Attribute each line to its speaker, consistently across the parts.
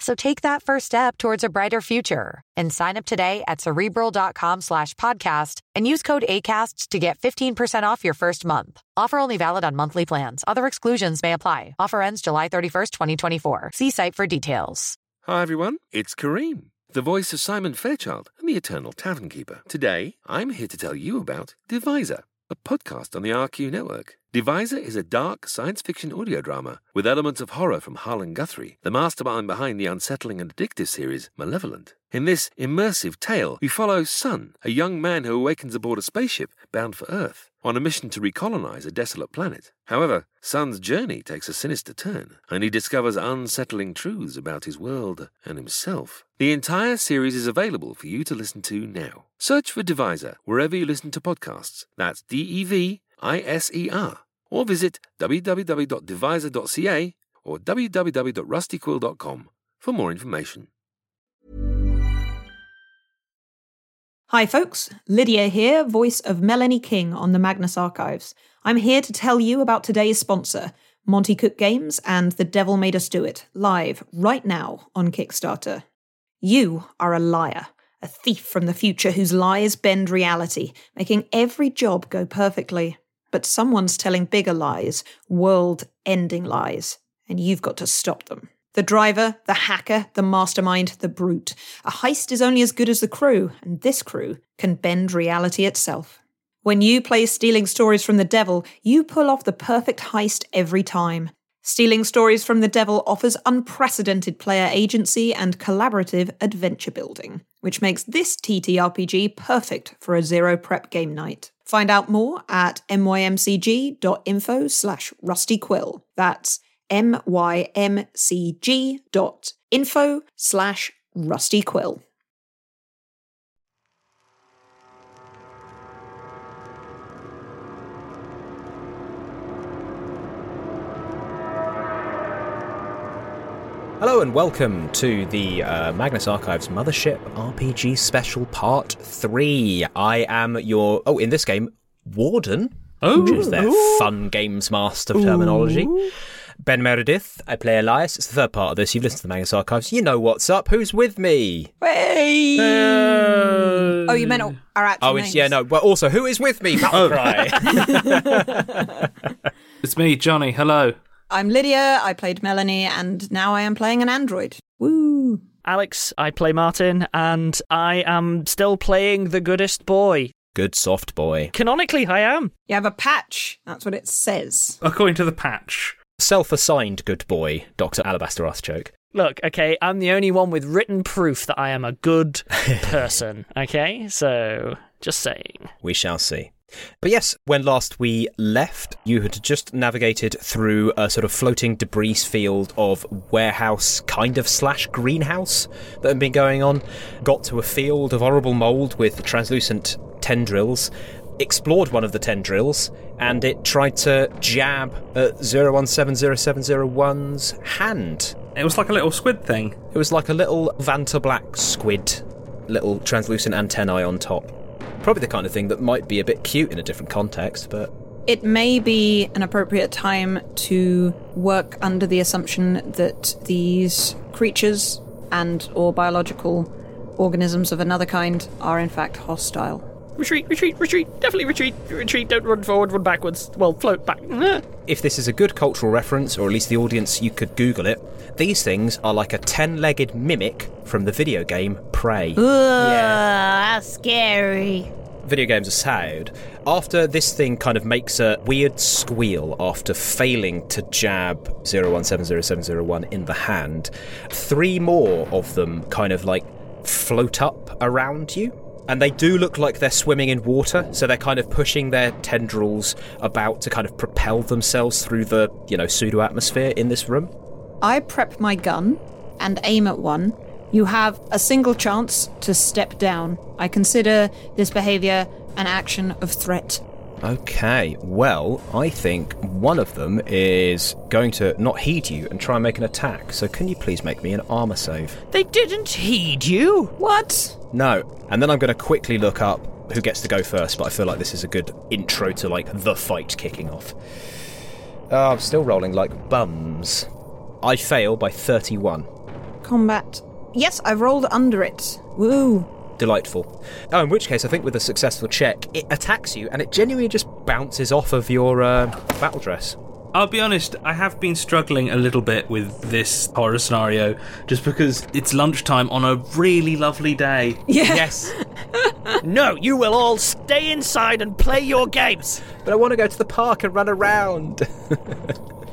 Speaker 1: So take that first step towards a brighter future and sign up today at cerebral.com slash podcast and use code ACasts to get 15% off your first month. Offer only valid on monthly plans. Other exclusions may apply. Offer ends July 31st, 2024. See site for details.
Speaker 2: Hi, everyone. It's Kareem, the voice of Simon Fairchild and the Eternal Tavern Keeper. Today, I'm here to tell you about Divisor, a podcast on the RQ network. Divisor is a dark science fiction audio drama with elements of horror from Harlan Guthrie, the mastermind behind the unsettling and addictive series Malevolent. In this immersive tale, we follow Sun, a young man who awakens aboard a spaceship bound for Earth, on a mission to recolonize a desolate planet. However, Sun's journey takes a sinister turn, and he discovers unsettling truths about his world and himself. The entire series is available for you to listen to now. Search for Divisor wherever you listen to podcasts. That's D E V I S E R or visit www.divisor.ca or www.rustyquill.com for more information.
Speaker 3: Hi, folks. Lydia here, voice of Melanie King on the Magnus Archives. I'm here to tell you about today's sponsor, Monty Cook Games and The Devil Made Us Do It, live right now on Kickstarter. You are a liar, a thief from the future whose lies bend reality, making every job go perfectly but someone's telling bigger lies, world ending lies, and you've got to stop them. The driver, the hacker, the mastermind, the brute. A heist is only as good as the crew, and this crew can bend reality itself. When you play Stealing Stories from the Devil, you pull off the perfect heist every time. Stealing Stories from the Devil offers unprecedented player agency and collaborative adventure building, which makes this TTRPG perfect for a zero prep game night. Find out more at mymcg.info slash rustyquill. That's mymcg.info slash rustyquill.
Speaker 4: Hello and welcome to the uh, Magnus Archives Mothership RPG Special Part 3. I am your, oh, in this game, Warden.
Speaker 5: Oh.
Speaker 4: Which is their
Speaker 5: Ooh.
Speaker 4: fun games master terminology.
Speaker 5: Ooh.
Speaker 4: Ben Meredith, I play Elias. It's the third part of this. You've listened to the Magnus Archives. You know what's up. Who's with me?
Speaker 3: Hey! oh, you meant all- our actual
Speaker 4: Oh, it's, yeah, no. Well, also, who is with me?
Speaker 5: Oh.
Speaker 4: Battle cry.
Speaker 5: It's me, Johnny. Hello.
Speaker 3: I'm Lydia, I played Melanie, and now I am playing an android. Woo!
Speaker 6: Alex, I play Martin, and I am still playing the goodest boy.
Speaker 4: Good soft boy.
Speaker 6: Canonically, I am.
Speaker 3: You have a patch. That's what it says.
Speaker 5: According to the patch,
Speaker 4: Self-assigned good boy, Dr. Alabaster Artichoke.
Speaker 6: Look, okay, I'm the only one with written proof that I am a good person, okay? So, just saying.
Speaker 4: We shall see. But yes, when last we left, you had just navigated through a sort of floating debris field of warehouse, kind of slash greenhouse that had been going on. Got to a field of horrible mold with translucent tendrils. Explored one of the tendrils, and it tried to jab at 017071's hand.
Speaker 5: it was like a little squid thing.
Speaker 4: It was like a little Vanta Black squid, little translucent antennae on top. Probably the kind of thing that might be a bit cute in a different context, but
Speaker 3: It may be an appropriate time to work under the assumption that these creatures and or biological organisms of another kind are in fact hostile.
Speaker 6: Retreat, retreat, retreat. Definitely retreat, retreat. Don't run forward, run backwards. Well, float back.
Speaker 4: if this is a good cultural reference, or at least the audience, you could Google it. These things are like a ten legged mimic from the video game Prey.
Speaker 7: Ugh, that's scary.
Speaker 4: video games aside, after this thing kind of makes a weird squeal after failing to jab 0170701 in the hand, three more of them kind of like float up around you. And they do look like they're swimming in water, so they're kind of pushing their tendrils about to kind of propel themselves through the, you know, pseudo atmosphere in this room.
Speaker 3: I prep my gun and aim at one. You have a single chance to step down. I consider this behavior an action of threat.
Speaker 4: Okay, well, I think one of them is going to not heed you and try and make an attack. So, can you please make me an armor save?
Speaker 6: They didn't heed you.
Speaker 3: What?
Speaker 4: No. And then I'm going to quickly look up who gets to go first, but I feel like this is a good intro to like the fight kicking off. Oh, I'm still rolling like bums. I fail by 31.
Speaker 3: Combat. Yes, I rolled under it. Woo.
Speaker 4: Delightful. Oh, in which case, I think with a successful check, it attacks you and it genuinely just bounces off of your uh, battle dress.
Speaker 5: I'll be honest, I have been struggling a little bit with this horror scenario just because it's lunchtime on a really lovely day.
Speaker 3: Yeah.
Speaker 4: Yes.
Speaker 6: No, you will all stay inside and play your games.
Speaker 4: but I want to go to the park and run around.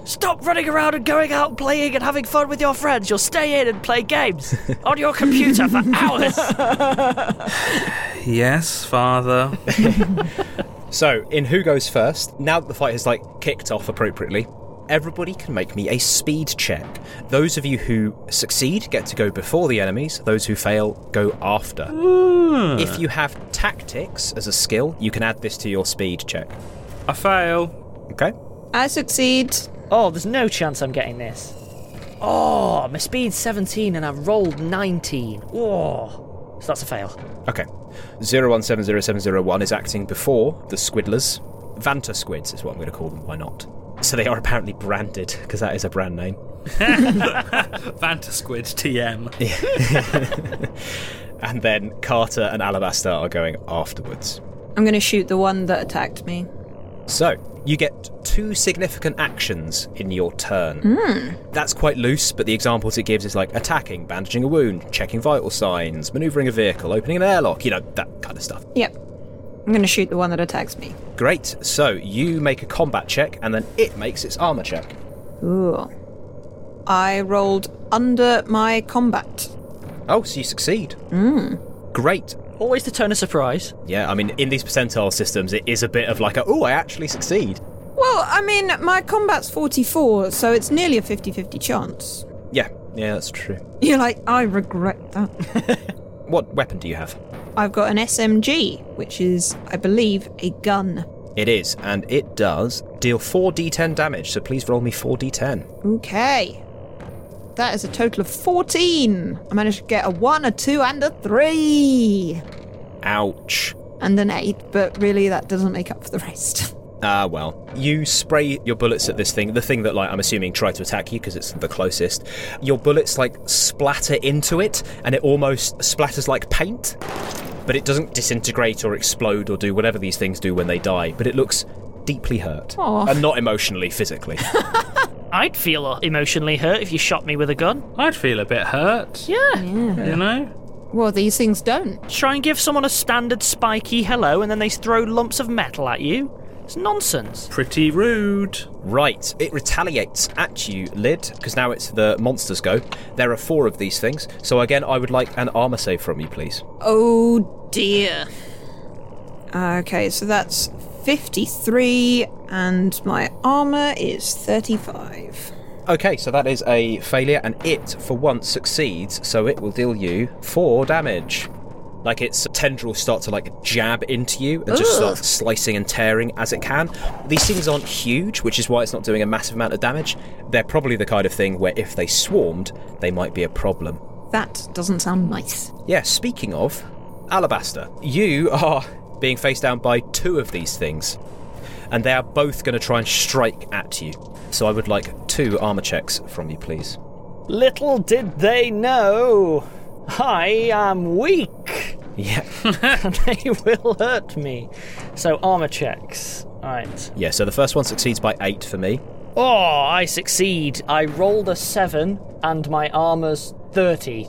Speaker 6: Stop running around and going out and playing and having fun with your friends. You'll stay in and play games on your computer for hours.
Speaker 5: Yes, father.
Speaker 4: So, in who goes first, now that the fight has like kicked off appropriately, everybody can make me a speed check. Those of you who succeed get to go before the enemies, those who fail go after. If you have tactics as a skill, you can add this to your speed check.
Speaker 5: I fail.
Speaker 4: Okay?
Speaker 3: I succeed.
Speaker 6: Oh, there's no chance I'm getting this. Oh, my speed's 17 and I've rolled 19. Oh, so that's a fail.
Speaker 4: Okay. 0170701 is acting before the Squiddlers. Vanta Squids is what I'm going to call them, why not? So they are apparently branded, because that is a brand name.
Speaker 5: Vanta Squid TM.
Speaker 4: And then Carter and Alabaster are going afterwards.
Speaker 3: I'm going to shoot the one that attacked me.
Speaker 4: So, you get two significant actions in your turn. That's quite loose, but the examples it gives is like attacking, bandaging a wound, checking vital signs, maneuvering a vehicle, opening an airlock, you know, that kind of stuff.
Speaker 3: Yep. I'm going to shoot the one that attacks me.
Speaker 4: Great. So, you make a combat check and then it makes its armor check.
Speaker 3: Ooh. I rolled under my combat.
Speaker 4: Oh, so you succeed. Great.
Speaker 6: Always the turn of surprise.
Speaker 4: Yeah, I mean, in these percentile systems, it is a bit of like a, oh, I actually succeed.
Speaker 3: Well, I mean, my combat's 44, so it's nearly a 50 50 chance.
Speaker 4: Yeah, yeah, that's true.
Speaker 3: You're like, I regret that.
Speaker 4: What weapon do you have?
Speaker 3: I've got an SMG, which is, I believe, a gun.
Speaker 4: It is, and it does deal 4d10 damage, so please roll me 4d10.
Speaker 3: Okay. That is a total of 14. I managed to get a 1, a 2, and a 3.
Speaker 4: Ouch.
Speaker 3: And an 8, but really that doesn't make up for the rest.
Speaker 4: Ah, well. You spray your bullets at this thing, the thing that, like, I'm assuming tried to attack you because it's the closest. Your bullets, like, splatter into it, and it almost splatters like paint, but it doesn't disintegrate or explode or do whatever these things do when they die, but it looks deeply hurt.
Speaker 3: Aw.
Speaker 4: And not emotionally, physically.
Speaker 6: I'd feel emotionally hurt if you shot me with a gun.
Speaker 5: I'd feel a bit hurt.
Speaker 6: Yeah.
Speaker 5: You know?
Speaker 3: Well, these things don't.
Speaker 6: Try and give someone a standard spiky hello and then they throw lumps of metal at you. It's nonsense.
Speaker 5: Pretty rude.
Speaker 4: Right, it retaliates at you, Lid, because now it's the monsters go. There are four of these things, so again, I would like an armor save from you, please.
Speaker 3: Oh dear. Okay, so that's 53, and my armor is 35.
Speaker 4: Okay, so that is a failure, and it, for once, succeeds, so it will deal you four damage. Like its tendrils start to like jab into you and just start slicing and tearing as it can. These things aren't huge, which is why it's not doing a massive amount of damage. They're probably the kind of thing where if they swarmed, they might be a problem.
Speaker 3: That doesn't sound nice.
Speaker 4: Yeah, speaking of, Alabaster, you are being faced down by two of these things, and they are both going to try and strike at you. So I would like two armor checks from you, please.
Speaker 6: Little did they know. I am weak.
Speaker 4: Yeah.
Speaker 6: and they will hurt me. So armor checks. Alright.
Speaker 4: Yeah, so the first one succeeds by eight for me.
Speaker 6: Oh, I succeed. I rolled a seven and my armor's thirty.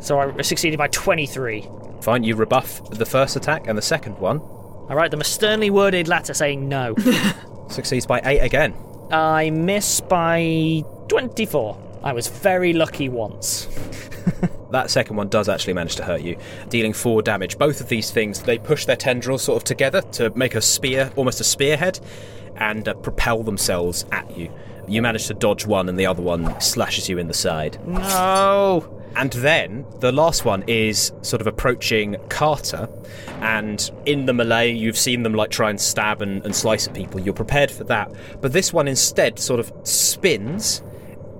Speaker 6: So I succeeded by twenty-three.
Speaker 4: Fine, you rebuff the first attack and the second one.
Speaker 6: I write them a sternly worded letter saying no.
Speaker 4: Succeeds by eight again.
Speaker 6: I miss by 24. I was very lucky once.
Speaker 4: That second one does actually manage to hurt you, dealing four damage. Both of these things, they push their tendrils sort of together to make a spear, almost a spearhead, and uh, propel themselves at you. You manage to dodge one, and the other one slashes you in the side.
Speaker 6: No!
Speaker 4: And then the last one is sort of approaching Carter, and in the melee, you've seen them like try and stab and, and slice at people. You're prepared for that, but this one instead sort of spins,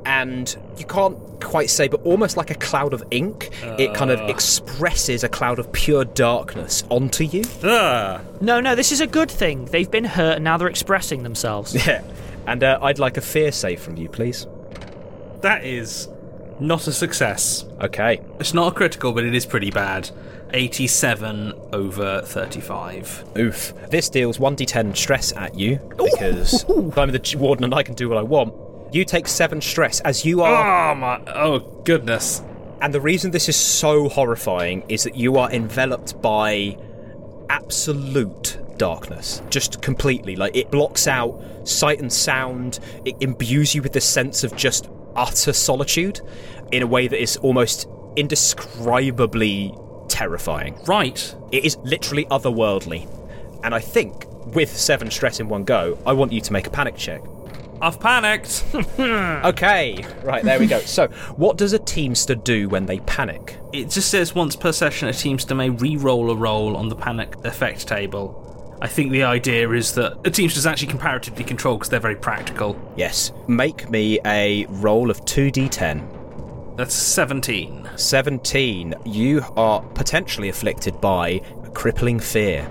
Speaker 4: and you can't quite say, but almost like a cloud of ink, it kind of expresses a cloud of pure darkness onto you.
Speaker 5: Ah,
Speaker 6: No, no, this is a good thing. They've been hurt and now they're expressing themselves.
Speaker 4: Yeah, and uh, I'd like a fear save from you, please.
Speaker 5: that is not a success.
Speaker 4: Okay,
Speaker 5: It's not a critical, but it is pretty bad. 87 over 35.
Speaker 4: Oof. This deals 1d10 stress at you because I'm the ch- warden and I can do what I want. You take 7 stress as you are.
Speaker 5: Oh my! Oh goodness!
Speaker 4: And the reason this is so horrifying is that you are enveloped by absolute darkness. Just completely. Like it blocks out sight and sound, it imbues you with this sense of just utter solitude in a way that is almost indescribably terrifying.
Speaker 5: Right.
Speaker 4: It is literally otherworldly. And I think with seven stress in one go, I want you to make a panic check.
Speaker 5: I've panicked.
Speaker 4: Okay, right, there we go. So, what does a teamster do when they panic?
Speaker 5: it just says once per session a teamster may re-roll a roll on the panic effect table. I think the idea is that a teamster is actually comparatively controlled because they're very practical.
Speaker 4: Yes, make me a roll of 2d10.
Speaker 5: That's 17.
Speaker 4: 17. You are potentially afflicted by a crippling fear.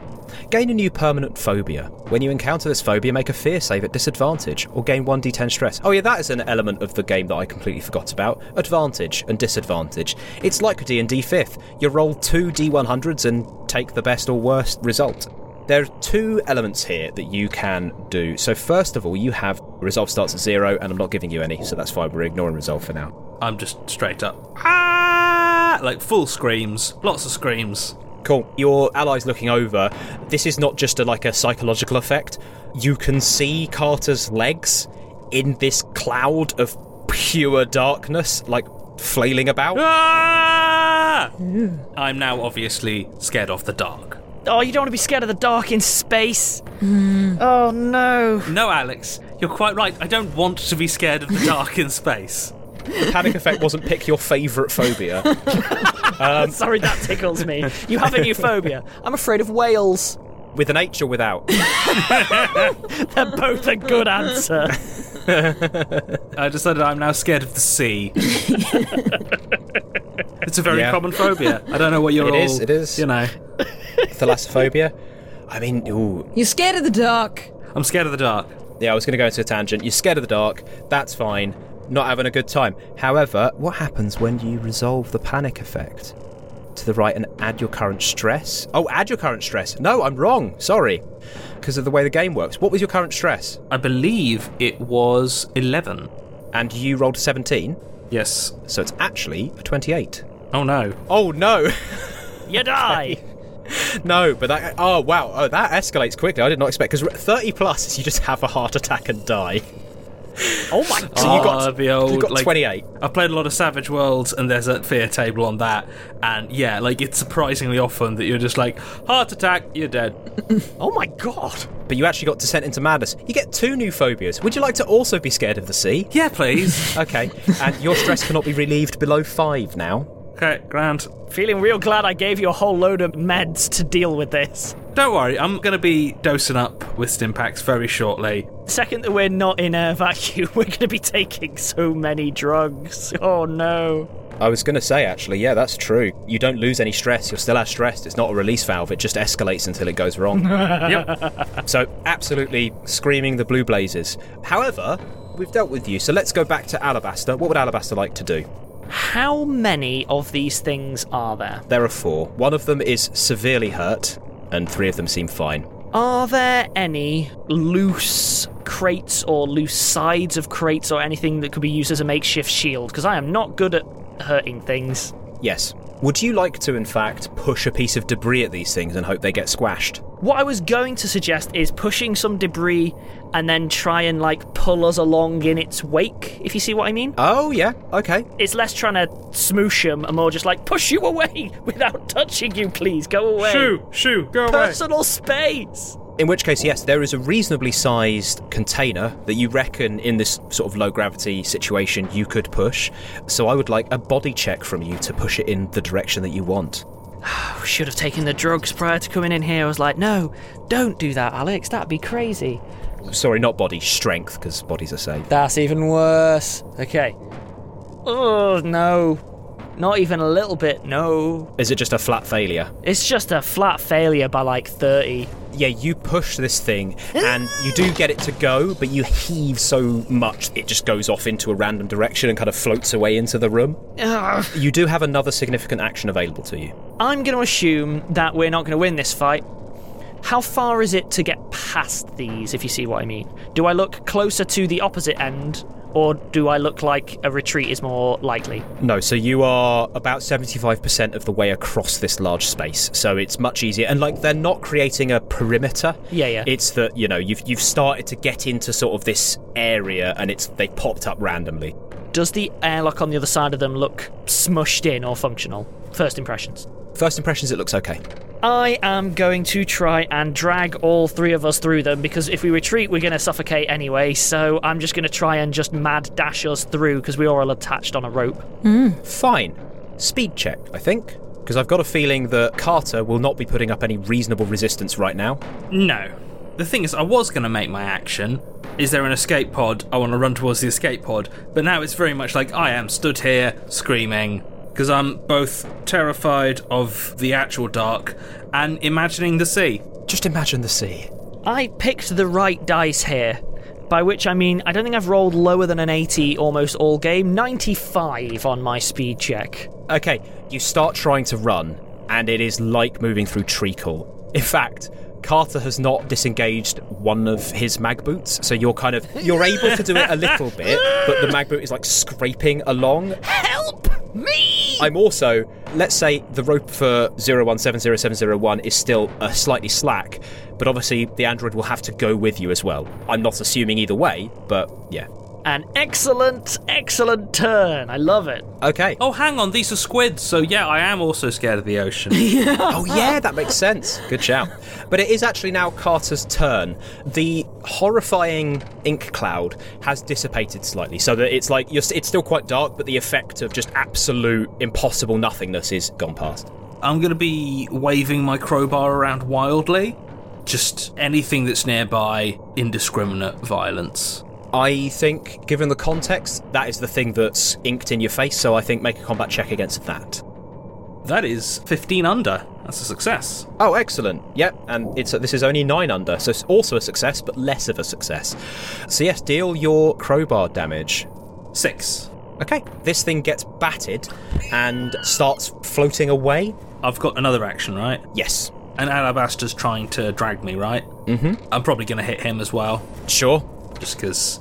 Speaker 4: Gain a new permanent phobia. When you encounter this phobia, make a fear save at disadvantage or gain 1d10 stress. Oh yeah, that is an element of the game that I completely forgot about. Advantage and disadvantage. It's like D&D 5th. You roll 2 d100s and take the best or worst result. There are two elements here that you can do. So first of all, you have resolve starts at 0 and I'm not giving you any, so that's fine. We're ignoring resolve for now.
Speaker 5: I'm just straight up. Ah! Like full screams, lots of screams.
Speaker 4: Cool. Your allies looking over. This is not just a, like a psychological effect. You can see Carter's legs in this cloud of pure darkness, like flailing about.
Speaker 5: Ah! I'm now obviously scared of the dark.
Speaker 6: Oh, you don't want to be scared of the dark in space. Oh, no.
Speaker 5: No, Alex, you're quite right. I don't want to be scared of the dark in space.
Speaker 4: The panic effect wasn't pick your favourite phobia.
Speaker 6: Sorry, that tickles me. You have a new phobia. I'm afraid of whales.
Speaker 4: With an H or without?
Speaker 6: They're both a good answer.
Speaker 5: I decided I'm now scared of the sea. it's a very
Speaker 4: Yeah.
Speaker 5: common phobia. I don't know what you're
Speaker 4: It
Speaker 5: all.
Speaker 4: is, it is.
Speaker 5: You know,
Speaker 4: Thalassophobia? I mean, ooh.
Speaker 7: You're scared of the dark.
Speaker 5: I'm scared of the dark.
Speaker 4: Yeah, I was going to go into a tangent. You're scared of the dark. That's fine. Not having a good time. However, what happens when you resolve the panic effect? To the right and add your current stress. Oh, add your current stress. No, I'm wrong. Sorry. Because of the way the game works. What was your current stress?
Speaker 5: I believe it was 11.
Speaker 4: And you rolled a 17,
Speaker 5: Yes.
Speaker 4: so it's actually a 28.
Speaker 5: Oh no.
Speaker 4: Oh, no.
Speaker 6: You die.
Speaker 4: no, but that. Oh, wow. Oh, that escalates quickly. I did not expect. Because 30 plus, is you just have a heart attack and die.
Speaker 6: Oh, my God.
Speaker 4: So you
Speaker 5: Ah,
Speaker 4: got,
Speaker 5: the old,
Speaker 4: you got
Speaker 5: like-
Speaker 4: 28.
Speaker 5: I've played a lot of Savage Worlds, and there's a fear table on that. And yeah, like it's surprisingly often that you're just like heart attack, you're dead.
Speaker 6: Oh, my God.
Speaker 4: but you actually got descent into madness. You get two new phobias. Would you like to also be scared of the sea?
Speaker 5: Yeah, please.
Speaker 4: Okay, and your stress cannot be relieved below five now.
Speaker 5: okay, grand.
Speaker 6: Feeling real glad I gave you a whole load of meds to deal with this.
Speaker 5: Don't worry, I'm gonna be dosing up with Stimpaks very shortly.
Speaker 6: The second that we're not in a vacuum, we're going to be taking so many drugs. Oh, no.
Speaker 4: I was going to say, actually, yeah, that's true. You don't lose any stress. You're still as stressed. It's not a release valve. It just escalates until it goes wrong.
Speaker 5: Yep.
Speaker 4: so, absolutely screaming the blue blazes. However, we've dealt with you, so let's go back to Alabaster. What would Alabaster like to do?
Speaker 6: How many of these things are there?
Speaker 4: There are four. One of them is severely hurt, and three of them seem fine.
Speaker 6: Are there any loose crates or loose sides of crates or anything that could be used as a makeshift shield? Because I am not good at hurting things.
Speaker 4: Yes. Would you like to, in fact, push a piece of debris at these things and hope they get squashed?
Speaker 6: What I was going to suggest is pushing some debris and then try and like pull us along in its wake, if you see what I mean.
Speaker 4: Oh, yeah. Okay.
Speaker 6: It's less trying to smoosh them and more just like push you away without touching you, please. Go away.
Speaker 5: Shoo, shoo, go away.
Speaker 6: Personal space.
Speaker 4: In which case, yes, there is a reasonably sized container that you reckon in this sort of low gravity situation you could push. So I would like a body check from you to push it in the direction that you want.
Speaker 6: I should have taken the drugs prior to coming in here. I was like, no, don't do that, Alex. That'd be crazy.
Speaker 4: Sorry, not body, strength, because bodies are safe.
Speaker 6: That's even worse. Okay. Oh, no. Not even a little bit, no.
Speaker 4: Is it just a flat failure?
Speaker 6: It's just a flat failure by like 30.
Speaker 4: Yeah, you push this thing and you do get it to go, but you heave so much it just goes off into a random direction and kind of floats away into the room.
Speaker 6: Ugh.
Speaker 4: You do have another significant action available to you.
Speaker 6: I'm going to assume that we're not going to win this fight. How far is it to get past these, if you see what I mean? Do I look closer to the opposite end, or do I look like a retreat is more likely?
Speaker 4: No, so you are about 75% of the way across this large space, so it's much easier. And like, they're not creating a perimeter.
Speaker 6: Yeah, yeah.
Speaker 4: It's that you know you've you've started to get into sort of this area, and it's they popped up randomly.
Speaker 6: Does the airlock on the other side of them look smushed in or functional? First impressions.
Speaker 4: First impressions, it looks okay.
Speaker 6: I am going to try and drag all three of us through them because if we retreat, we're going to suffocate anyway. So I'm just going to try and just mad dash us through because we're all attached on a rope.
Speaker 4: Fine. Speed check, I think. Because I've got a feeling that Carter will not be putting up any reasonable resistance right now.
Speaker 5: No. The thing is, I was going to make my action. Is there an escape pod? I want to run towards the escape pod. But now it's very much like I am stood here screaming because I'm both terrified of the actual dark and imagining the sea.
Speaker 4: Just imagine the sea.
Speaker 6: I picked the right dice here, by which I mean I don't think I've rolled lower than an 80 almost all game. 95 on my speed check.
Speaker 4: Okay, you start trying to run, and it is like moving through treacle. In fact, Carter has not disengaged one of his mag boots, so you're kind of you're able to do it a little bit, but the mag boot is like scraping along.
Speaker 6: Help me!
Speaker 4: I'm also, let's say the rope for 0170701 is still uh, slightly slack, but obviously the android will have to go with you as well. I'm not assuming either way, but yeah.
Speaker 6: An excellent, excellent turn. I love it.
Speaker 4: Okay.
Speaker 5: Oh, hang on, these are squids, so yeah, I am also scared of the ocean.
Speaker 4: Oh yeah, that makes sense. Good shout. But it is actually now Carter's turn. The horrifying ink cloud has dissipated slightly, so that it's like you're, s- it's still quite dark, but the effect of just absolute impossible nothingness is gone past.
Speaker 5: I'm going to be waving my crowbar around wildly. Just anything that's nearby, indiscriminate violence.
Speaker 4: I think, given the context, that is the thing that's inked in your face. So I think make a combat check against that.
Speaker 5: That is 15 under. That's a success.
Speaker 4: Oh, excellent. Yep, and it's this is only nine under, so it's also a success, but less of a success. So yes, deal your crowbar damage.
Speaker 5: Six.
Speaker 4: Okay, this thing gets batted and starts floating away.
Speaker 5: I've got another action, right?
Speaker 4: Yes,
Speaker 5: And Alabaster's trying to drag me, right? Mm-hmm. I'm probably going to hit him as well,
Speaker 4: sure.
Speaker 5: just because,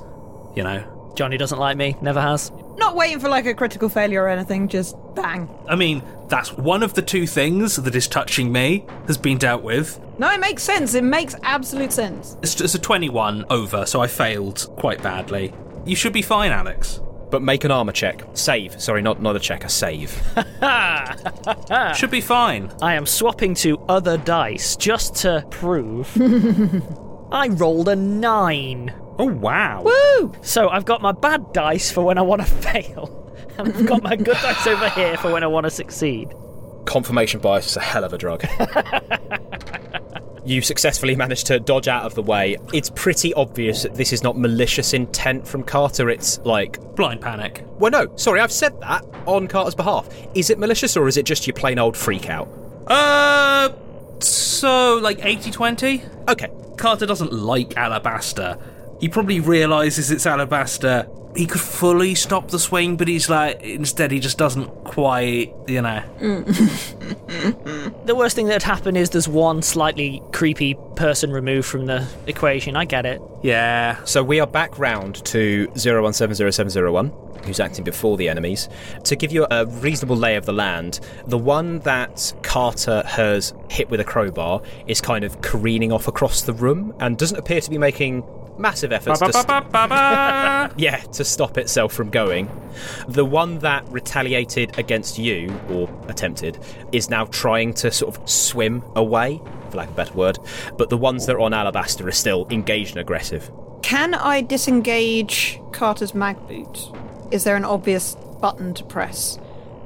Speaker 5: you know.
Speaker 6: Johnny doesn't like me, never has.
Speaker 3: Not waiting for like a critical failure or anything, just bang.
Speaker 5: I mean, that's one of the two things that is touching me has been dealt with.
Speaker 3: No, it makes sense. It makes absolute sense.
Speaker 5: It's, it's a 21 over, so I failed quite badly. You should be fine, Alex.
Speaker 4: But make an armor check. Save. Sorry, not not a check, a save.
Speaker 5: Should be fine.
Speaker 6: I am swapping to other dice just to prove. I rolled a nine.
Speaker 5: Oh, wow.
Speaker 3: Woo!
Speaker 6: So I've got my bad dice for when I want to fail, and I've got my good dice over here for when I want to succeed.
Speaker 4: Confirmation bias is a hell of a drug. you successfully managed to dodge out of the way. It's pretty obvious that this is not malicious intent from Carter. It's like,
Speaker 5: Blind panic.
Speaker 4: well, no, sorry, I've said that on Carter's behalf. Is it malicious or is it just your plain old freak out?
Speaker 5: Uh, so, like 80 20?
Speaker 4: Okay,
Speaker 5: Carter doesn't like Alabaster. He probably realizes it's Alabaster. He could fully stop the swing, but he's like, instead, he just doesn't quite, you know.
Speaker 6: The worst thing that would happen is there's one slightly creepy person removed from the equation. I get it.
Speaker 5: Yeah.
Speaker 4: So we are back round to 0170701, who's acting before the enemies. To give you a reasonable lay of the land, the one that Carter has hit with a crowbar is kind of careening off across the room and doesn't appear to be making massive efforts to st-
Speaker 5: Ba-ba-ba-ba-ba.
Speaker 4: yeah, to stop itself from going. The one that retaliated against you, or attempted, is now trying to sort of swim away, for lack of a better word. But the ones that are on Alabaster are still engaged and aggressive.
Speaker 3: Can I disengage Carter's mag boot? Is there an obvious button to press?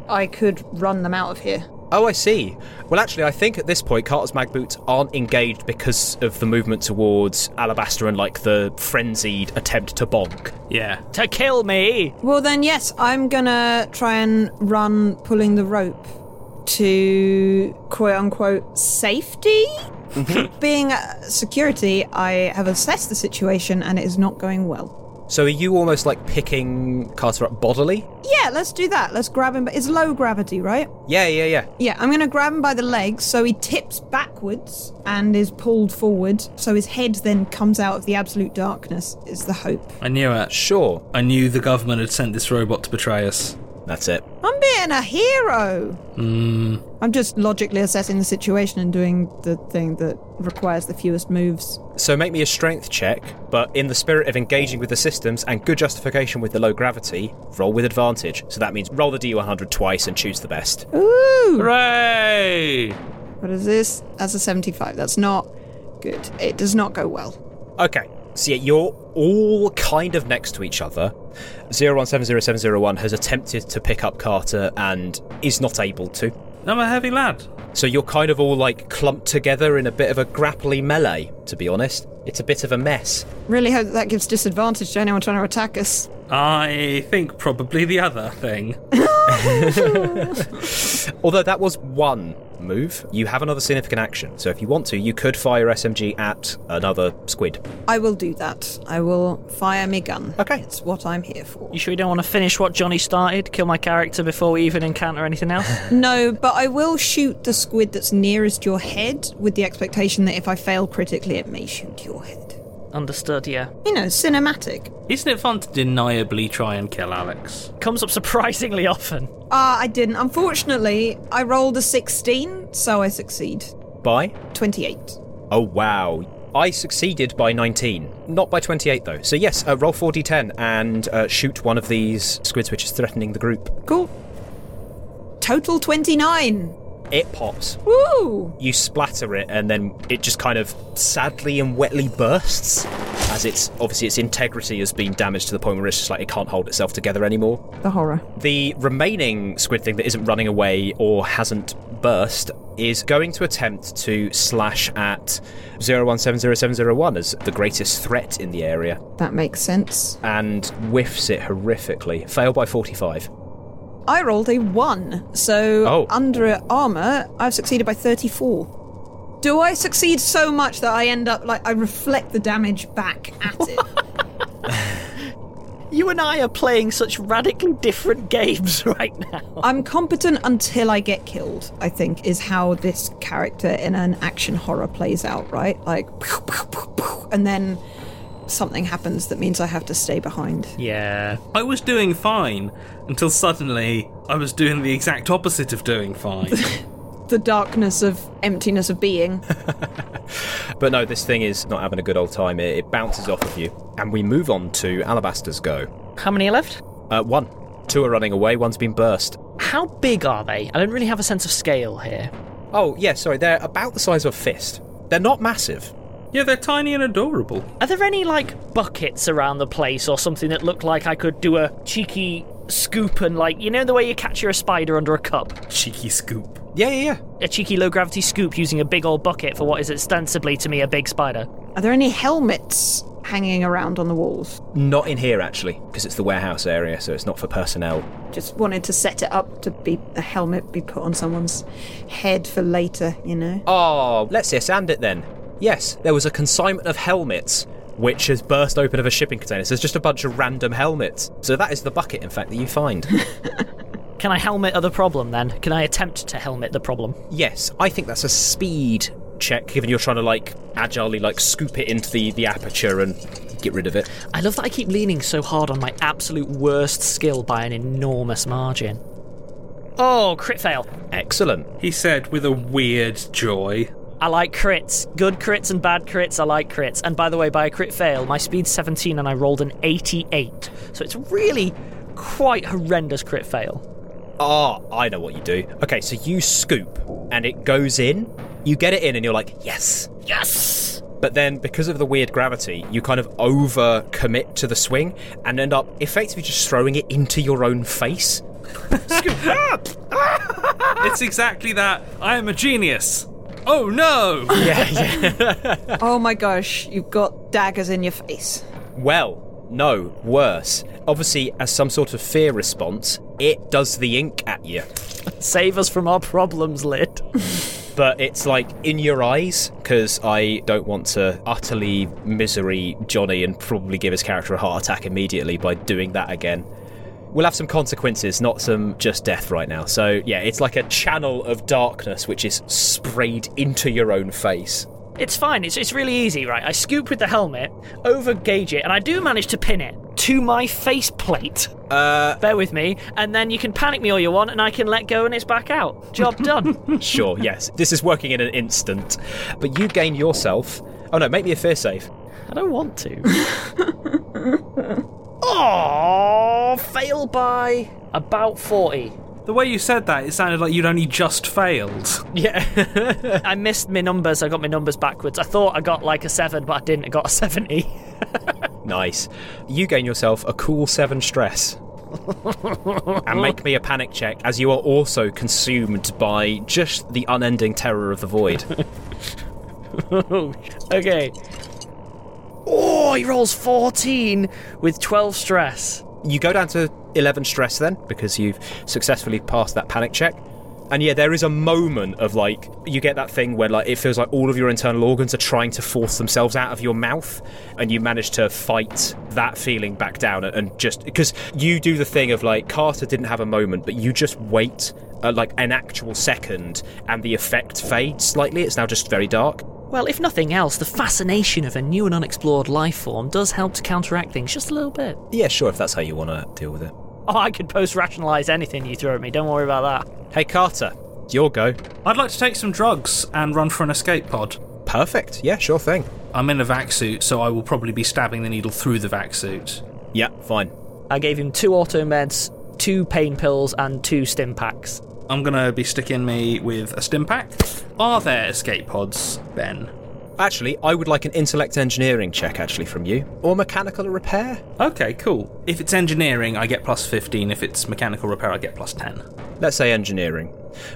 Speaker 3: I could run them out of here.
Speaker 4: Oh, I see. Well, actually, I think at this point, Carter's mag boots aren't engaged because of the movement towards Alabaster and like the frenzied attempt to bonk.
Speaker 5: Yeah.
Speaker 6: To kill me.
Speaker 3: Well, then, yes, I'm gonna try and run pulling the rope to quote unquote safety. Being uh, security, I have assessed the situation and it is not going well.
Speaker 4: So, are you almost like picking Carter up bodily?
Speaker 3: Yeah, let's do that. Let's grab him. It's low gravity, right?
Speaker 4: Yeah, yeah, yeah.
Speaker 3: Yeah, I'm gonna grab him by the legs so he tips backwards and is pulled forward, so his head then comes out of the absolute darkness, is the hope.
Speaker 5: I knew it.
Speaker 4: Sure.
Speaker 5: I knew the government had sent this robot to betray us.
Speaker 4: That's it.
Speaker 3: I'm being a hero! I'm just logically assessing the situation and doing the thing that requires the fewest moves.
Speaker 4: So make me a strength check, but in the spirit of engaging with the systems and good justification with the low gravity, roll with advantage. So that means roll the D100 twice and choose the best.
Speaker 3: Ooh!
Speaker 5: Hooray!
Speaker 3: What is this? That's a 75. That's not good. It does not go well.
Speaker 4: Okay, so yeah, you're all kind of next to each other. 01700701 has attempted to pick up Carter and is not able to.
Speaker 5: I'm a heavy lad.
Speaker 4: So you're kind of all like clumped together in a bit of a grapply melee, to be honest. It's a bit of a mess.
Speaker 3: Really hope that, that gives disadvantage to anyone trying to attack us.
Speaker 5: I think probably the other thing.
Speaker 4: Although that was one move, you have another significant action. So if you want to, you could fire SMG at another squid.
Speaker 3: I will do that. I will fire my gun.
Speaker 4: Okay.
Speaker 3: It's what I'm here for.
Speaker 6: You sure you don't want to finish what Johnny started? Kill my character before we even encounter anything else?
Speaker 3: No, but I will shoot the squid that's nearest your head with the expectation that if I fail critically, it may shoot your head.
Speaker 6: Understood, yeah.
Speaker 3: You know, cinematic.
Speaker 5: Isn't it fun to deniably try and kill Alex?
Speaker 6: Comes up surprisingly often.
Speaker 3: Ah, I didn't. Unfortunately, I rolled a 16, so I succeed.
Speaker 4: By?
Speaker 3: 28.
Speaker 4: Oh, wow. I succeeded by 19, not by 28 though. So yes, uh, roll 4d10 and uh, shoot one of these squids which is threatening the group.
Speaker 3: Cool. Total 29.
Speaker 4: It pops.
Speaker 3: Woo!
Speaker 4: You splatter it, and then it just kind of sadly and wetly bursts, as it's obviously its integrity has been damaged to the point where it's just like it can't hold itself together anymore.
Speaker 3: The horror.
Speaker 4: The remaining squid thing that isn't running away or hasn't burst is going to attempt to slash at 01700701 as the greatest threat in the area
Speaker 3: That makes sense.
Speaker 4: and whiffs it horrifically. Fail by 45.
Speaker 3: I rolled a 1, so
Speaker 4: Oh.
Speaker 3: under armour, I've succeeded by 34. Do I succeed so much that I end up like I reflect the damage back at it?
Speaker 6: You and I are playing such radically different games right now.
Speaker 3: I'm competent until I get killed, I think, is how this character in an action horror plays out, right? Like, pew, pew, pew, pew, and then something happens that means I have to stay behind.
Speaker 6: Yeah.
Speaker 5: I was doing fine until suddenly I was doing the exact opposite of doing fine.
Speaker 3: The darkness of emptiness of being.
Speaker 4: But no, this thing is not having a good old time. It, it bounces off of you. And we move on to Alabaster's go.
Speaker 6: How many are left?
Speaker 4: Uh, one. Two are running away, one's been burst.
Speaker 6: How big are they? I don't really have a sense of scale here.
Speaker 4: Oh, yeah, sorry, they're about the size of a fist. They're not massive.
Speaker 5: yeah, they're tiny and adorable.
Speaker 6: Are there any, like, buckets around the place or something that look like I could do a cheeky scoop and, like, you know, the way you capture a spider under a cup?
Speaker 5: Cheeky scoop.
Speaker 4: Yeah, yeah, yeah.
Speaker 6: A cheeky low gravity scoop using a big old bucket for what is ostensibly to me a big spider.
Speaker 3: Are there any helmets hanging around on the walls?
Speaker 4: Not in here, actually, because it's the warehouse area, so it's not for personnel.
Speaker 3: Just wanted to set it up to be a helmet be put on someone's head for later, you know?
Speaker 4: Oh, let's yes and it then. Yes, there was a consignment of helmets, which has burst open of a shipping container. So there's just a bunch of random helmets. So that is the bucket, in fact, that you find.
Speaker 6: Can I helmet other problem then? Can I attempt to helmet the problem?
Speaker 4: yes, I think that's a speed check, given you're trying to like agilely like scoop it into the the aperture and get rid of it.
Speaker 6: I love that I keep leaning so hard on my absolute worst skill by an enormous margin. Oh, crit fail.
Speaker 4: Excellent.
Speaker 5: He said with a weird joy.
Speaker 6: I like crits. Good crits and bad crits, I like crits. And by the way, by a crit fail, my speed's 17 and I rolled an 88. So it's really quite horrendous crit fail.
Speaker 4: Ah, I know what you do. Okay, so you scoop and it goes in. You get it in and you're like, yes, yes. But then because of the weird gravity, you kind of over commit to the swing and end up effectively just throwing it into your own face. Scoop. Ah!
Speaker 5: It's exactly that. I am a genius. Oh no!
Speaker 3: Oh my gosh, you've got daggers in your face.
Speaker 4: Well, no, worse. Obviously, as some sort of fear response, it does the ink at you.
Speaker 6: Save us from our problems, Lid.
Speaker 4: but it's like in your eyes because I don't want to utterly misery Johnny and probably give his character a heart attack immediately by doing that again. We'll have some consequences, not some just death right now. So, yeah, it's like a channel of darkness which is sprayed into your own face.
Speaker 6: It's fine. It's, it's really easy, right? I scoop with the helmet, over gauge it, and I do manage to pin it to my face plate. Uh, Bear with me, and then you can panic me all you want, and I can let go, and it's back out. Job done.
Speaker 4: Sure, yes, this is working in an instant. But you gain yourself. Oh no, make me a fear save.
Speaker 6: I don't want to. oh, fail by about forty.
Speaker 5: The way you said that, it sounded like you'd only just failed.
Speaker 4: Yeah.
Speaker 6: I missed my numbers. I got my numbers backwards. I thought I got like a seven, but I didn't. I got a seventy.
Speaker 4: Nice. You gain yourself a cool seven stress. and make me a panic check as you are also consumed by just the unending terror of the void.
Speaker 6: okay. Oh, he rolls 14 with 12 stress.
Speaker 4: you go down to 11 stress then because you've successfully passed that panic check. And yeah, there is a moment of like you get that thing where like it feels like all of your internal organs are trying to force themselves out of your mouth and you manage to fight that feeling back down and just because you do the thing of like Carter didn't have a moment but you just wait uh, like an actual second and the effect fades slightly. It's now just very dark.
Speaker 6: Well, if nothing else, the fascination of a new and unexplored life form does help to counteract things just a little bit.
Speaker 4: Yeah, sure if that's how you want to deal with it.
Speaker 6: Oh, I could post rationalize anything you throw at me. Don't worry about that.
Speaker 4: Hey Carter, it's your go.
Speaker 5: I'd like to take some drugs and run for an escape pod.
Speaker 4: Perfect. Yeah, sure thing.
Speaker 5: I'm in a vac suit, so I will probably be stabbing the needle through the vac suit.
Speaker 4: Yeah, fine.
Speaker 6: I gave him two auto meds, two pain pills, and two stim packs.
Speaker 5: I'm gonna be sticking me with a stim pack. Are there escape pods, Ben?
Speaker 4: Actually, I would like an intellect engineering check actually from you, or mechanical repair.
Speaker 5: Okay, cool. If it's engineering, I get plus 15. If it's mechanical repair, I get plus 10.
Speaker 4: Let's say engineering.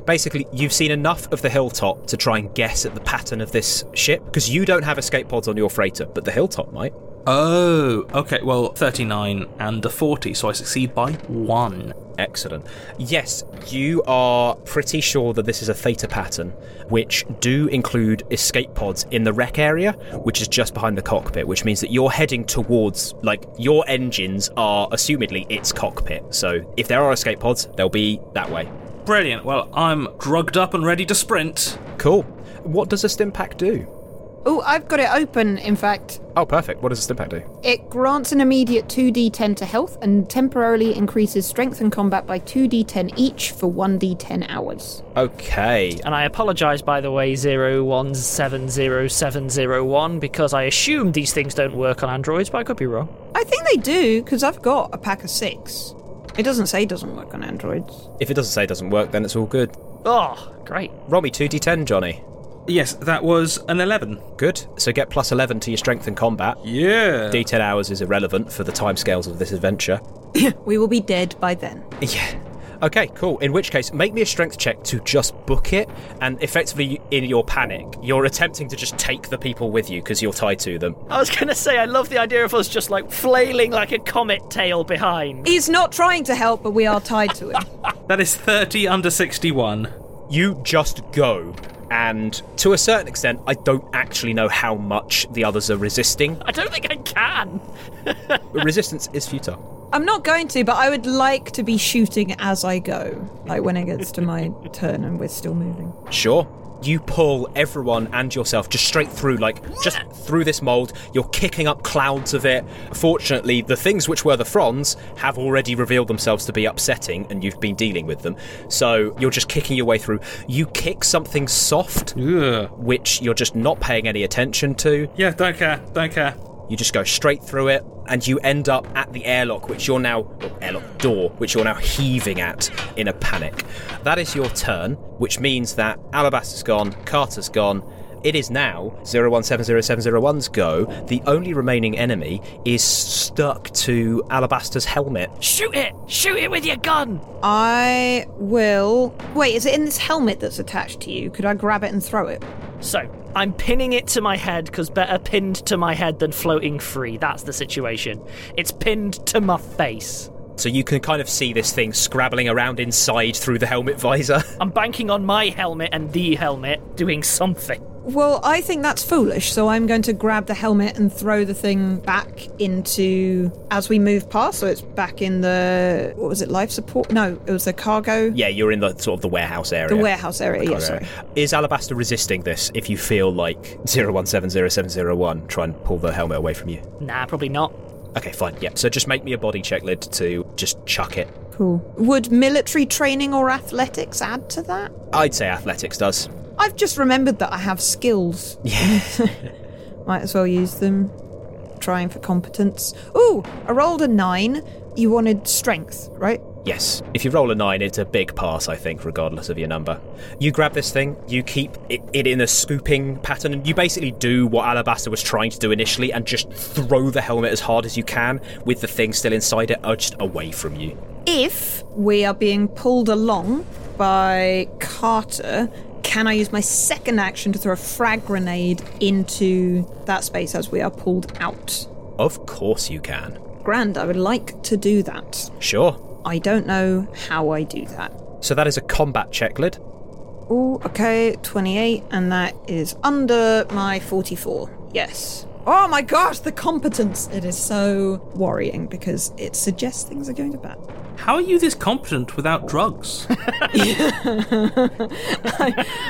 Speaker 4: Basically, you've seen enough of the hilltop to try and guess at the pattern of this ship because you don't have escape pods on your freighter, but the hilltop might.
Speaker 5: Oh, okay. Well, 39 and a 40, so I succeed by one.
Speaker 4: Excellent. Yes, you are pretty sure that this is a theta pattern, which do include escape pods in the wreck area, which is just behind the cockpit, which means that you're heading towards, like, your engines are assumedly its cockpit. So if there are escape pods, they'll be that way.
Speaker 5: Brilliant. Well, I'm drugged up and ready to sprint.
Speaker 4: Cool. What does a stim pack do?
Speaker 3: Oh, I've got it open, in fact.
Speaker 4: Oh, perfect. What does a stim pack do?
Speaker 3: It grants an immediate 2d10 to health and temporarily increases strength and combat by 2d10 each for 1d10 hours.
Speaker 4: Okay.
Speaker 6: And I apologise, by the way, 0170701, because I assume these things don't work on Androids, but I could be wrong.
Speaker 3: I think they do, because I've got a pack of six. It doesn't say it doesn't work on androids.
Speaker 4: If it doesn't say it doesn't work, then it's all good.
Speaker 6: Oh, great.
Speaker 4: Roll me 2d10, Johnny.
Speaker 5: Yes, that was an 11.
Speaker 4: Good. So get plus 11 to your strength and combat.
Speaker 5: Yeah.
Speaker 4: D10 hours is irrelevant for the timescales of this adventure.
Speaker 3: We will be dead by then.
Speaker 4: Yeah. Okay, cool. In which case, make me a strength check to just book it. And effectively, in your panic, you're attempting to just take the people with you because you're tied to them.
Speaker 6: I was going to say, I love the idea of us just like flailing like a comet tail behind.
Speaker 3: He's not trying to help, but we are tied to him.
Speaker 5: That is 30 under 61.
Speaker 4: you just go. And to a certain extent, I don't actually know how much the others are resisting.
Speaker 6: I don't think I can.
Speaker 4: But resistance is futile.
Speaker 3: I'm not going to, but I would like to be shooting as I go. Like when it gets to my turn and we're still moving.
Speaker 4: Sure. you pull everyone and yourself just straight through, like just through this mold. You're kicking up clouds of it. Fortunately, the things which were the fronds have already revealed themselves to be upsetting, and you've been dealing with them. So you're just kicking your way through. You kick something soft, which you're just not paying any attention to.
Speaker 5: Yeah, don't care, don't care.
Speaker 4: You just go straight through it, and you end up at the airlock, which you're now well, airlock door, which you're now heaving at in a panic. That is your turn, which means that Alabaster's gone, Carter's gone. It is now 0170701's go. The only remaining enemy is stuck to Alabaster's helmet.
Speaker 6: Shoot it! Shoot it with your gun!
Speaker 3: I will. Wait, is it in this helmet that's attached to you? Could I grab it and throw it?
Speaker 6: So, I'm pinning it to my head because better pinned to my head than floating free. That's the situation. It's pinned to my face.
Speaker 4: So you can kind of see this thing scrabbling around inside through the helmet visor.
Speaker 6: I'm banking on my helmet and the helmet doing something.
Speaker 3: Well, I think that's foolish, so I'm going to grab the helmet and throw the thing back into as we move past. So it's back in the what was it, life support? No, it was the cargo,
Speaker 4: yeah, you're in the sort of the warehouse area.
Speaker 3: the warehouse area. Yeah,
Speaker 4: Okay.
Speaker 3: sorry.
Speaker 4: Oh, Is Alabaster resisting this if you feel like 0170701 try and pull the helmet away from you?
Speaker 6: Nah, probably not.
Speaker 4: Okay, fine. Yeah. So just make me a body check lid to just chuck it.
Speaker 3: Cool. Would military training or athletics add to that?
Speaker 4: I'd say athletics does.
Speaker 3: I've just remembered that I have skills.
Speaker 4: Yeah.
Speaker 3: Might as well use them. Trying for competence. Ooh, I rolled a nine. You wanted strength, right?
Speaker 4: Yes. If you roll a nine, it's a big pass, I think, regardless of your number. You grab this thing, you keep it, it in a scooping pattern, and you basically do what Alabaster was trying to do initially and just throw the helmet as hard as you can with the thing still inside it, urged away from you.
Speaker 3: If we are being pulled along by Carter, can I use my second action to throw a frag grenade into that space as we are pulled out?
Speaker 4: Of course you can.
Speaker 3: Grand, I would like to do that.
Speaker 4: Sure.
Speaker 3: I don't know how I do that.
Speaker 4: So that is a combat check lid.
Speaker 3: Oh, okay, 28, and that is under my 44. Yes. Oh my gosh, the competence! It is so worrying because it suggests things are going to bad.
Speaker 5: How are you this competent without drugs?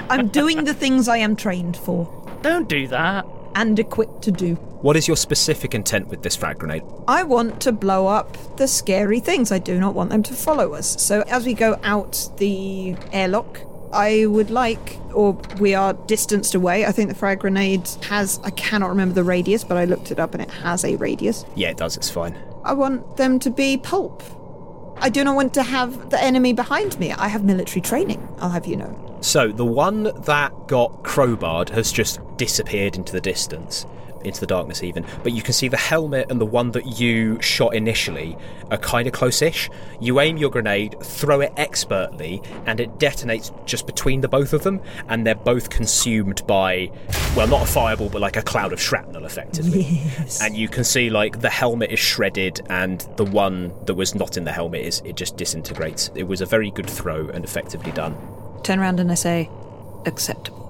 Speaker 3: I'm doing the things I am trained for
Speaker 6: Don't do that.
Speaker 3: and equipped to do.
Speaker 4: What is your specific intent with this frag grenade?
Speaker 3: I want to blow up the scary things. I do not want them to follow us. So as we go out the airlock, I would like, or we are distanced away. I think the frag grenade has, I cannot remember the radius, but I looked it up and it has a radius.
Speaker 4: Yeah, it does. It's fine.
Speaker 3: I want them to be pulp. I do not want to have the enemy behind me. I have military training, I'll have you know.
Speaker 4: So the one that got crowbarred has just disappeared into the distance, into the darkness even. But you can see the helmet and the one that you shot initially are kind of close-ish. You aim your grenade, throw it expertly, and it detonates just between the both of them, and they're both consumed by, well, not a fireball, but like a cloud of shrapnel, effectively. And you can see like the helmet is shredded, and the one that was not in the helmet is it just disintegrates. It was a very good throw and effectively done.
Speaker 3: Turn around and I say, acceptable.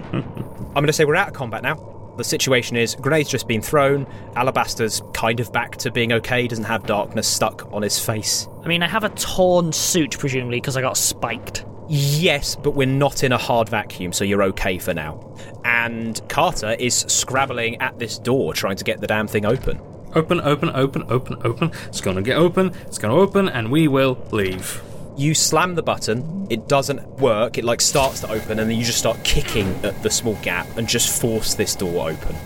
Speaker 4: I'm going to say we're out of combat now. The situation is grenade's just been thrown. Alabaster's kind of back to being okay. Doesn't have darkness stuck on his face.
Speaker 6: I mean, I have a torn suit, presumably, because I got spiked.
Speaker 4: Yes, but we're not in a hard vacuum, so you're okay for now. And Carter is scrabbling at this door, trying to get the damn thing open.
Speaker 5: open, open, open, open, open. It's gonna get open, it's gonna open, and we will leave.
Speaker 4: You slam the button. It doesn't work. It like starts to open, and then you just start kicking at the small gap and just force this door open.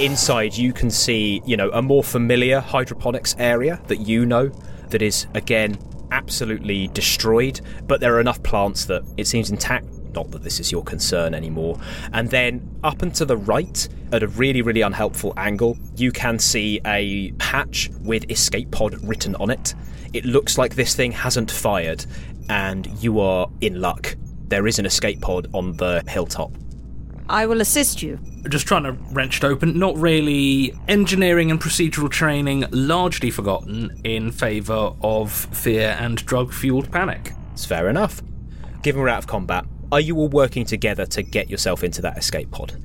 Speaker 4: inside you can see you know a more familiar hydroponics area that you know that is again absolutely destroyed but there are enough plants that it seems intact not that this is your concern anymore and then up and to the right at a really really unhelpful angle you can see a hatch with escape pod written on it it looks like this thing hasn't fired and you are in luck there is an escape pod on the hilltop
Speaker 3: I will assist you.
Speaker 5: Just trying to wrench it open. Not really engineering and procedural training, largely forgotten in favour of fear and drug fueled panic.
Speaker 4: It's fair enough. Given we're out of combat, are you all working together to get yourself into that escape pod?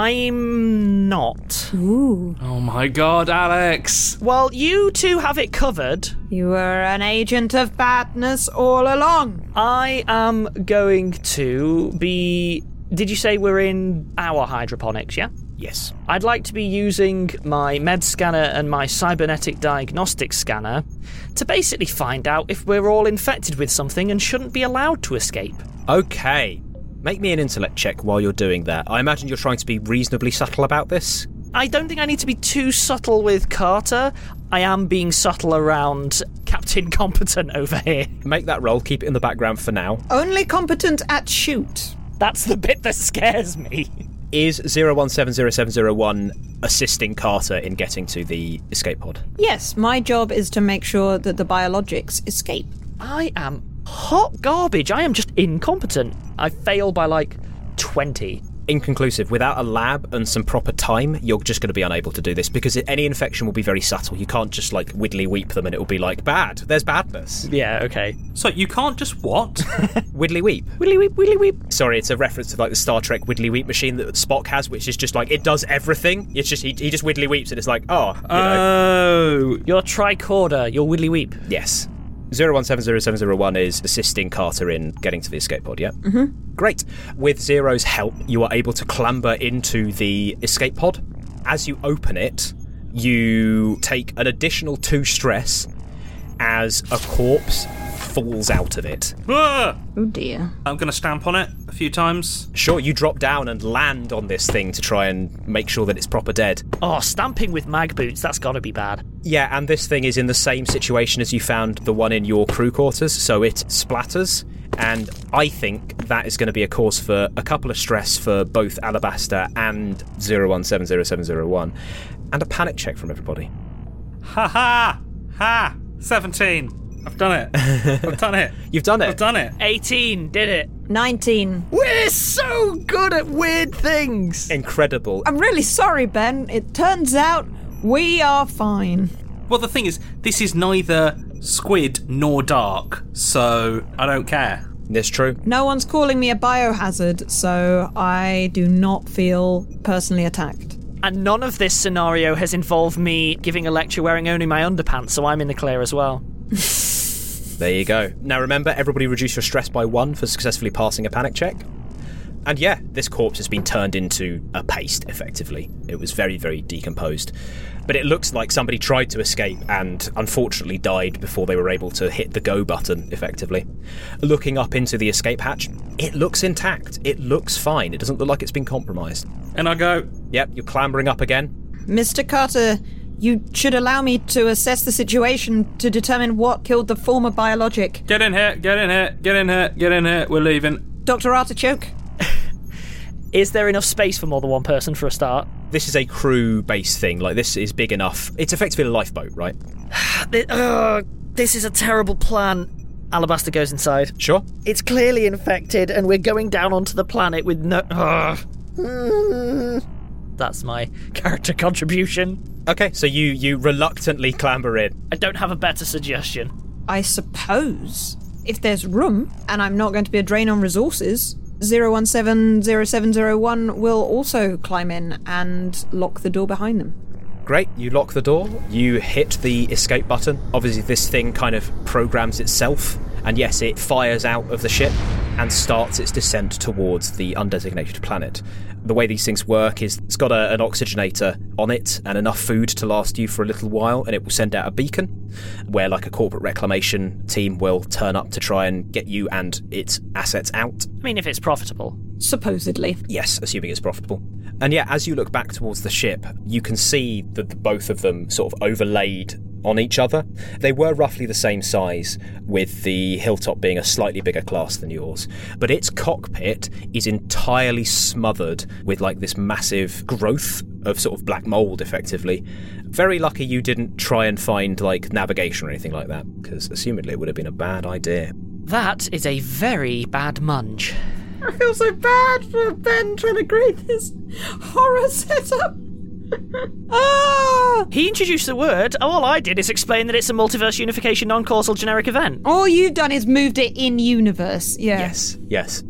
Speaker 6: I'm not.
Speaker 5: Oh my god, Alex!
Speaker 6: Well, you two have it covered.
Speaker 3: You were an agent of badness all along.
Speaker 6: I am going to be Did you say we're in our hydroponics, yeah?
Speaker 4: Yes.
Speaker 6: I'd like to be using my med scanner and my cybernetic diagnostic scanner to basically find out if we're all infected with something and shouldn't be allowed to escape.
Speaker 4: Okay. Make me an intellect check while you're doing that. I imagine you're trying to be reasonably subtle about this.
Speaker 6: I don't think I need to be too subtle with Carter. I am being subtle around Captain Competent over here.
Speaker 4: Make that roll, keep it in the background for now.
Speaker 3: Only competent at shoot.
Speaker 6: That's the bit that scares me.
Speaker 4: Is 01700701 assisting Carter in getting to the escape pod?
Speaker 3: Yes, my job is to make sure that the biologics escape.
Speaker 6: I am hot garbage. I am just incompetent. I fail by like 20.
Speaker 4: Inconclusive. Without a lab and some proper time, you're just going to be unable to do this because any infection will be very subtle. You can't just like widdly weep them and it will be like bad. There's badness.
Speaker 6: Yeah, okay.
Speaker 5: So you can't just what?
Speaker 4: Widdly weep.
Speaker 6: Willy weep, willy weep.
Speaker 4: Sorry, it's a reference to like the Star Trek Widdly Weep machine that Spock has, which is just like it does everything. It's just he, he just widdly weeps and it's like oh you know.
Speaker 6: Uh,
Speaker 5: oh,
Speaker 6: Your tricorder, your willy weep.
Speaker 4: Yes. 01700701 is assisting Carter in getting to the escape pod, yeah? Mm-hmm. Great. With Zero's help, you are able to clamber into the escape pod. As you open it, you take an additional two stress as a corpse falls out of it.
Speaker 5: Ah!
Speaker 3: Oh dear.
Speaker 5: I'm gonna stamp on it a few times.
Speaker 4: Sure, you drop down and land on this thing to try and make sure that it's proper dead.
Speaker 6: Oh, stamping with mag boots, that's gotta be bad.
Speaker 4: Yeah, and this thing is in the same situation as you found the one in your crew quarters, so it splatters. And I think that is going to be a cause for a couple of stress for both Alabaster and 01700701, and a panic check from everybody.
Speaker 5: Ha ha ha. Seventeen. I've done it. I've done it.
Speaker 4: You've done
Speaker 5: I've
Speaker 4: it.
Speaker 5: done it.
Speaker 6: 18, did it.
Speaker 3: 19.
Speaker 7: We're so good at weird things.
Speaker 4: Incredible.
Speaker 3: I'm really sorry, Ben. It turns out we are fine.
Speaker 5: Well, the thing is, this is neither squid nor dark, so I don't care.
Speaker 4: That's true.
Speaker 3: No one's calling me a biohazard, so I do not feel personally attacked.
Speaker 6: And none of this scenario has involved me giving a lecture wearing only my underpants, so I'm in the clear as well.
Speaker 4: There you go. Now remember, everybody reduce your stress by one for successfully passing a panic check. And yeah, this corpse has been turned into a paste, effectively. It was very, very decomposed. But it looks like somebody tried to escape and unfortunately died before they were able to hit the go button, effectively. Looking up into the escape hatch, it looks intact. It looks fine. It doesn't look like it's been compromised.
Speaker 5: And I go,
Speaker 4: Yep, you're clambering up again.
Speaker 3: Mr. Carter, you should allow me to assess the situation to determine what killed the former biologic.
Speaker 5: get in here, get in here, get in here, get in here. We're leaving.
Speaker 3: Dr. Artichoke?
Speaker 6: Is there enough space for more than one person for a start?
Speaker 4: This is a crew based thing. Like, this is big enough. It's effectively a lifeboat, right?
Speaker 7: Th- ugh, this is a terrible plan.
Speaker 6: Alabaster goes inside.
Speaker 4: Sure.
Speaker 7: It's clearly infected, and we're going down onto the planet with no. Ugh. Mm.
Speaker 6: That's my character contribution.
Speaker 4: Okay, so you, you reluctantly clamber in.
Speaker 6: I don't have a better suggestion.
Speaker 3: I suppose. If there's room, and I'm not going to be a drain on resources, 0170701 will also climb in and lock the door behind them.
Speaker 4: Great, you lock the door, you hit the escape button. Obviously, this thing kind of programs itself, and yes, it fires out of the ship and starts its descent towards the undesignated planet. The way these things work is it's got a, an oxygenator on it and enough food to last you for a little while, and it will send out a beacon where, like, a corporate reclamation team will turn up to try and get you and its assets out.
Speaker 6: I mean, if it's profitable.
Speaker 3: Supposedly.
Speaker 4: Yes, assuming it's profitable. And yeah, as you look back towards the ship, you can see that the, both of them sort of overlaid on each other. They were roughly the same size, with the Hilltop being a slightly bigger class than yours. But its cockpit is entirely smothered with like this massive growth of sort of black mold, effectively. Very lucky you didn't try and find like navigation or anything like that, because assumedly it would have been a bad idea.
Speaker 6: That is a very bad munch.
Speaker 3: I feel so bad for Ben trying to create this horror setup. ah!
Speaker 6: He introduced the word. All I did is explain that it's a multiverse unification non causal generic event.
Speaker 3: All you've done is moved it in universe. Yeah.
Speaker 4: Yes, yes.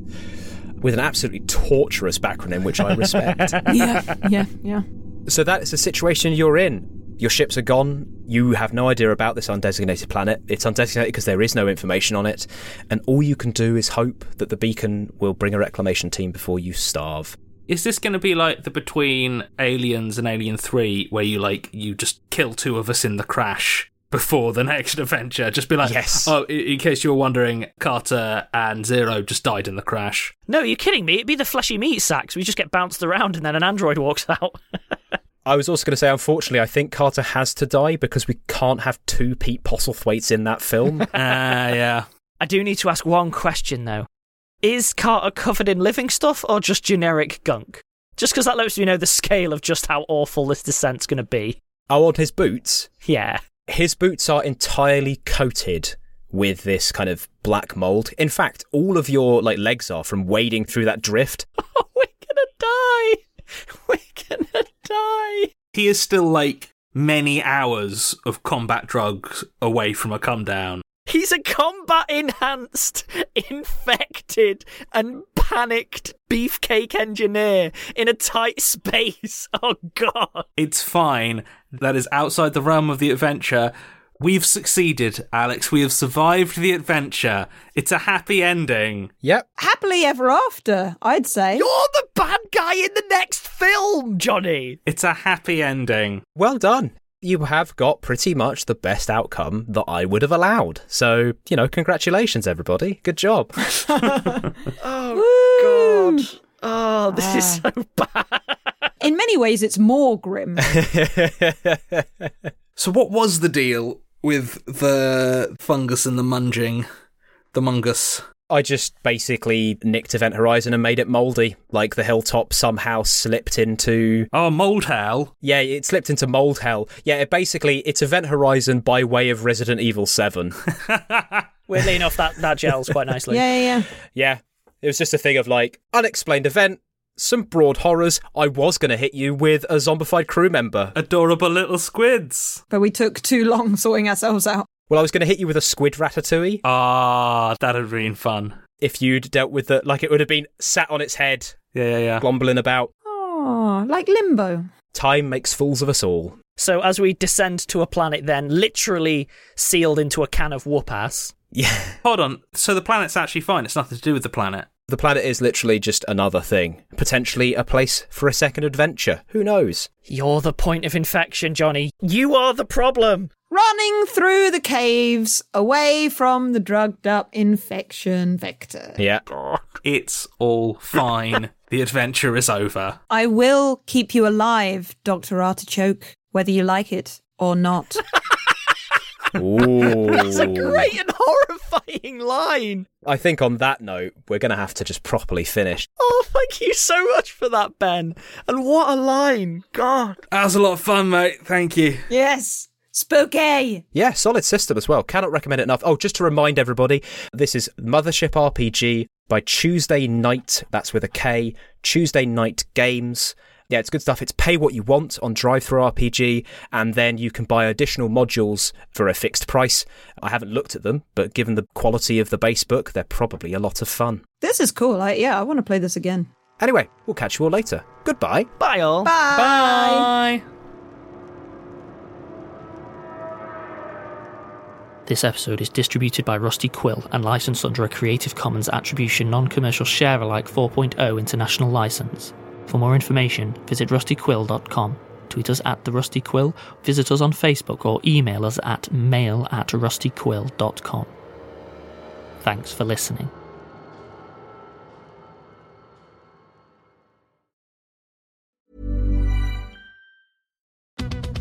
Speaker 4: With an absolutely torturous backronym, which I respect.
Speaker 3: yeah. Yeah. Yeah.
Speaker 4: So that is the situation you're in. Your ships are gone. You have no idea about this undesignated planet. It's undesignated because there is no information on it. And all you can do is hope that the beacon will bring a reclamation team before you starve.
Speaker 5: Is this going to be like the between Aliens and Alien 3 where you like you just kill two of us in the crash before the next adventure? Just be like,
Speaker 4: Yes.
Speaker 5: oh, i- in case you were wondering, Carter and Zero just died in the crash.
Speaker 6: No, you're kidding me. It'd be the fleshy meat sacks. We just get bounced around and then an android walks out.
Speaker 4: I was also going to say, unfortunately, I think Carter has to die because we can't have two Pete Postlethwaites in that film.
Speaker 5: Ah, yeah.
Speaker 6: I do need to ask one question though. Is Carter covered in living stuff or just generic gunk? Just because that lets you know the scale of just how awful this descent's going to be.
Speaker 4: oh, on his boots,
Speaker 6: Yeah.
Speaker 4: his boots are entirely coated with this kind of black mold. In fact, all of your like legs are from wading through that drift.
Speaker 6: Oh, we're gonna die. We're gonna die.
Speaker 5: He is still like many hours of combat drugs away from a come down.
Speaker 6: He's a combat enhanced, infected, and panicked beefcake engineer in a tight space. Oh god.
Speaker 5: It's fine. That is outside the realm of the adventure. We've succeeded, Alex. We have survived the adventure. It's a happy ending.
Speaker 4: Yep.
Speaker 3: Happily ever after, I'd say.
Speaker 6: You're the bad guy in the next film, Johnny.
Speaker 5: It's a happy ending.
Speaker 4: Well done. You have got pretty much the best outcome that I would have allowed. So, you know, congratulations, everybody. Good job.
Speaker 7: Oh
Speaker 6: Hmm.
Speaker 7: God. Oh, this is
Speaker 6: Ah.
Speaker 7: so
Speaker 3: In many ways, it's more grim.
Speaker 5: So, what was the deal with the fungus and the munging? The mungus.
Speaker 4: I just basically nicked Event Horizon and made it moldy. Like the hilltop somehow slipped into
Speaker 5: Oh, mold hell.
Speaker 4: Yeah, it slipped into mold hell. Yeah, it basically it's Event Horizon by way of Resident Evil 7.
Speaker 6: Weirdly enough, that, that gels quite nicely.
Speaker 3: yeah, yeah, yeah.
Speaker 4: yeah. It was just a thing of like unexplained event, some broad horrors. I was going to hit you with a zombified crew member.
Speaker 5: Adorable little squids.
Speaker 3: But we took too long sorting ourselves out.
Speaker 4: Well, I was going to hit you with a squid ratatouille
Speaker 5: Ah, that had been fun.
Speaker 4: if you'd dealt with the like it would have been sat on its head,
Speaker 5: Yeah, yeah, yeah.
Speaker 4: glombling about.
Speaker 3: Oh, like limbo.
Speaker 4: Time makes fools of us all.
Speaker 6: So as we descend to a planet, then literally sealed into a can of whoop ass.
Speaker 4: Yeah.
Speaker 5: Hold on. So the planet's actually fine. It's nothing to do with the planet.
Speaker 4: The planet is literally just another thing, potentially a place for a second adventure. Who knows?
Speaker 6: You're the point of infection, Johnny. You are the problem.
Speaker 3: Running through the caves, away from the drugged up infection vector.
Speaker 4: Yeah.
Speaker 5: It's all fine. the adventure is over.
Speaker 3: I will keep you alive, Dr. Artichoke, whether you like it or not.
Speaker 4: Ooh.
Speaker 6: That's a great and horrifying line.
Speaker 4: I think on that note, we're going to have to just properly finish.
Speaker 6: Oh, thank you so much for that, Ben. And what a line. God.
Speaker 5: That was a lot of fun, mate. Thank you.
Speaker 3: yes, spooky.
Speaker 4: Yeah, solid system as well. Cannot recommend it enough. Oh, just to remind everybody, this is Mothership RPG by Tuesday Night. That's with a K. Tuesday Night Games. Yeah, it's good stuff. It's pay what you want on Drive Through RPG, and then you can buy additional modules for a fixed price. I haven't looked at them, but given the quality of the base book, they're probably a lot of fun.
Speaker 3: This is cool. I, yeah, I want to play this again.
Speaker 4: Anyway, we'll catch you all later. Goodbye.
Speaker 6: Bye, all.
Speaker 3: Bye.
Speaker 6: This episode is distributed by Rusty Quill and licensed under a Creative Commons Attribution Non Commercial Share Alike 4.0 international license. For more information, visit rustyquill.com, tweet us at the Rusty Quill, visit us on Facebook, or email us at mail at rustyquill.com. Thanks for listening.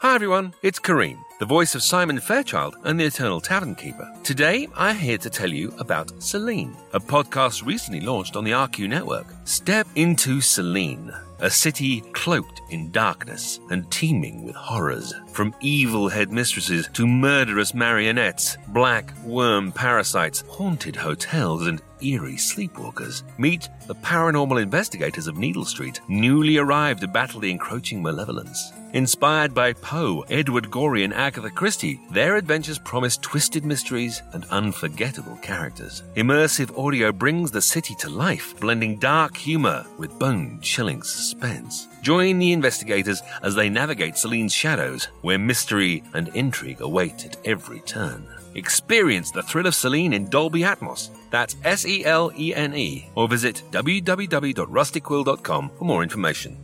Speaker 2: Hi everyone, it's Kareem, the voice of Simon Fairchild and the Eternal Tavern Keeper. Today, I'm here to tell you about Celine, a podcast recently launched on the RQ network. Step into Celine, a a city cloaked in darkness and teeming with horrors. From evil headmistresses to murderous marionettes, black worm parasites, haunted hotels, and eerie sleepwalkers. Meet the paranormal investigators of Needle Street, newly arrived to battle the encroaching malevolence. Inspired by Poe, Edward Gorey, and Agatha Christie, their adventures promise twisted mysteries and unforgettable characters. Immersive audio brings the city to life, blending dark humor with bone chilling suspense. Join the investigators as they navigate Celine's shadows, where mystery and intrigue await at every turn. Experience the thrill of Celine in Dolby Atmos. That's S E L E N E. Or visit www.rustyquill.com for more information.